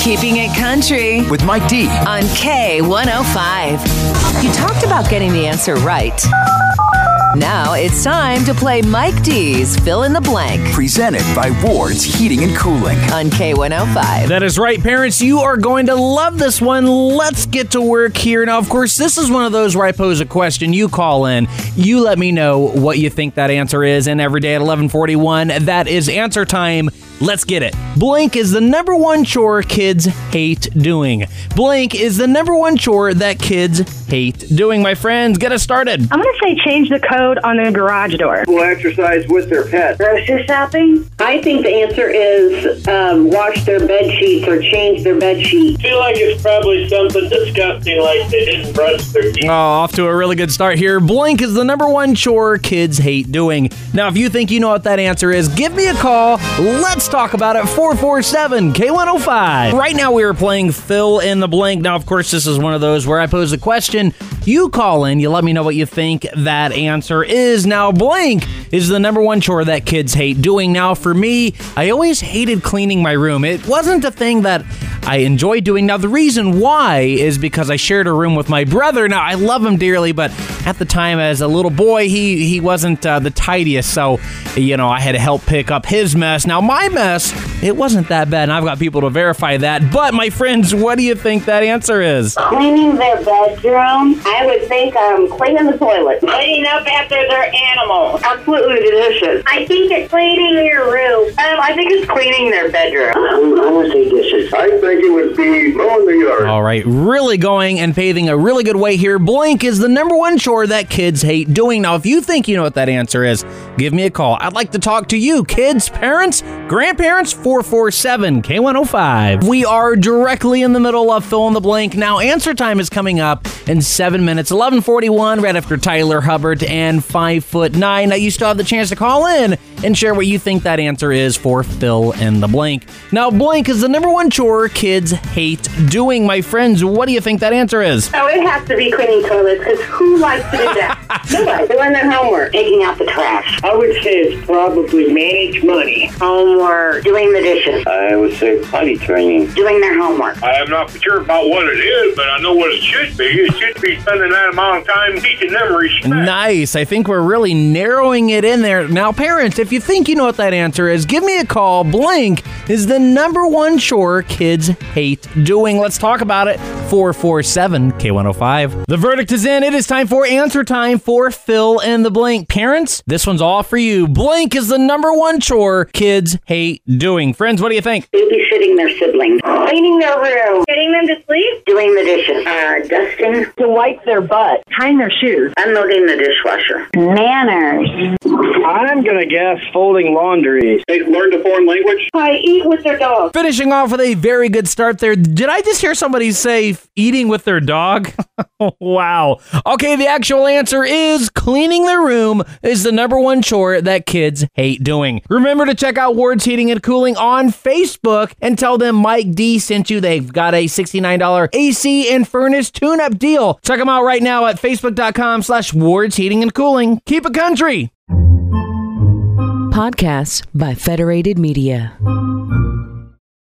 Keeping it country with Mike D. on K105. You talked about getting the answer right. Now it's time to play Mike D's Fill in the Blank Presented by Ward's Heating and Cooling. on K105. That is right, parents. You are going to love this one. Let's get to work here. Now, of course, this is one of those where I pose a question. You call in. You let me know what you think that answer is. And every day at 1141, that is answer time. Let's get it. Blank is the number one chore kids hate doing. Blank is the number one chore that kids hate doing. My friends, get us started. I'm gonna say change the code on the garage door. will exercise with their pet. Grocery shopping? I think the answer is um, wash their bed sheets or change their bed sheets. feel like it's probably something disgusting, like they didn't brush their teeth. Oh, off to a really good start here. Blank is the number one chore kids hate doing. Now, if you think you know what that answer is, give me a call. Let's talk about it. 447 K105. Right now, we are playing fill in the blank. Now, of course, this is one of those where I pose a question. You call in, you let me know what you think that answer is. Now, blank is the number one chore that kids hate doing. Now, for me, I always hated cleaning my room. It wasn't a thing that I enjoy doing. Now, the reason why is because I shared a room with my brother. Now, I love him dearly, but at the time, as a little boy, he he wasn't uh, the tidiest, so you know I had to help pick up his mess. Now, my mess, it wasn't that bad, and I've got people to verify that. But my friends, what do you think that answer is? Cleaning their bedroom? I would think um, cleaning the toilet. Cleaning up after their animals. Absolutely delicious. I think it's cleaning your room. Um, I think it's cleaning their bedroom. I'm, I'm gonna say dishes. I think it would be mowing the yard. All right, really going and paving a really good way here. Blank is the number one chore that kids hate doing. Now, if you think you know what that answer is, give me a call. I'd like to talk to you, kids, parents, grandparents, 447 K105. We are directly in the middle of fill in the blank. Now, answer time is coming up in seven minutes, 1141, right after Tyler Hubbard and five foot nine. Now, you still have the chance to call in and share what you think that answer is for fill in the blank. Now, blank is the number one chore kids hate doing. My friends, what do you think that answer is? Oh, it has to be cleaning toilets because who likes to do that? Nobody. Doing their homework, taking out the trash, I would say it's probably manage money. homework, doing the dishes, I would say potty training. doing their homework. I am not sure about what it is, but I know what it should be. It should be spending that amount of time teaching them respect. Nice. I think we're really narrowing it in there. Now, parents, if you think you know what that answer is, give me a call. Blank is the number one chore kids hate doing. Let's talk about it. 447 K105. The verdict is in. It is time for answer time for fill in the blank. Parents, this one's all for you. Blank is the number one chore kids hate doing. Friends, what do you think? Babysitting their siblings, cleaning their room, Getting them to sleep? doing the dishes, uh, dusting, To wipe their butt. Tying their shoes. unloading the dishwasher. Manners. I'm gonna guess folding laundry. They learned a foreign language. I eat with their dog. Finishing off with a very good start there. Did I just hear somebody say f- eating with their dog? wow. Okay, the actual answer is cleaning their room is the number one chore that kids hate doing. Remember to check out Ward's Heating and Cooling on Facebook and tell them Mike D sent you. They've got a $69 AC and furnace tune-up deal. Check them out right now at facebook.com slash Ward's Heating and Cooling. Keep it country. Podcasts by Federated Media.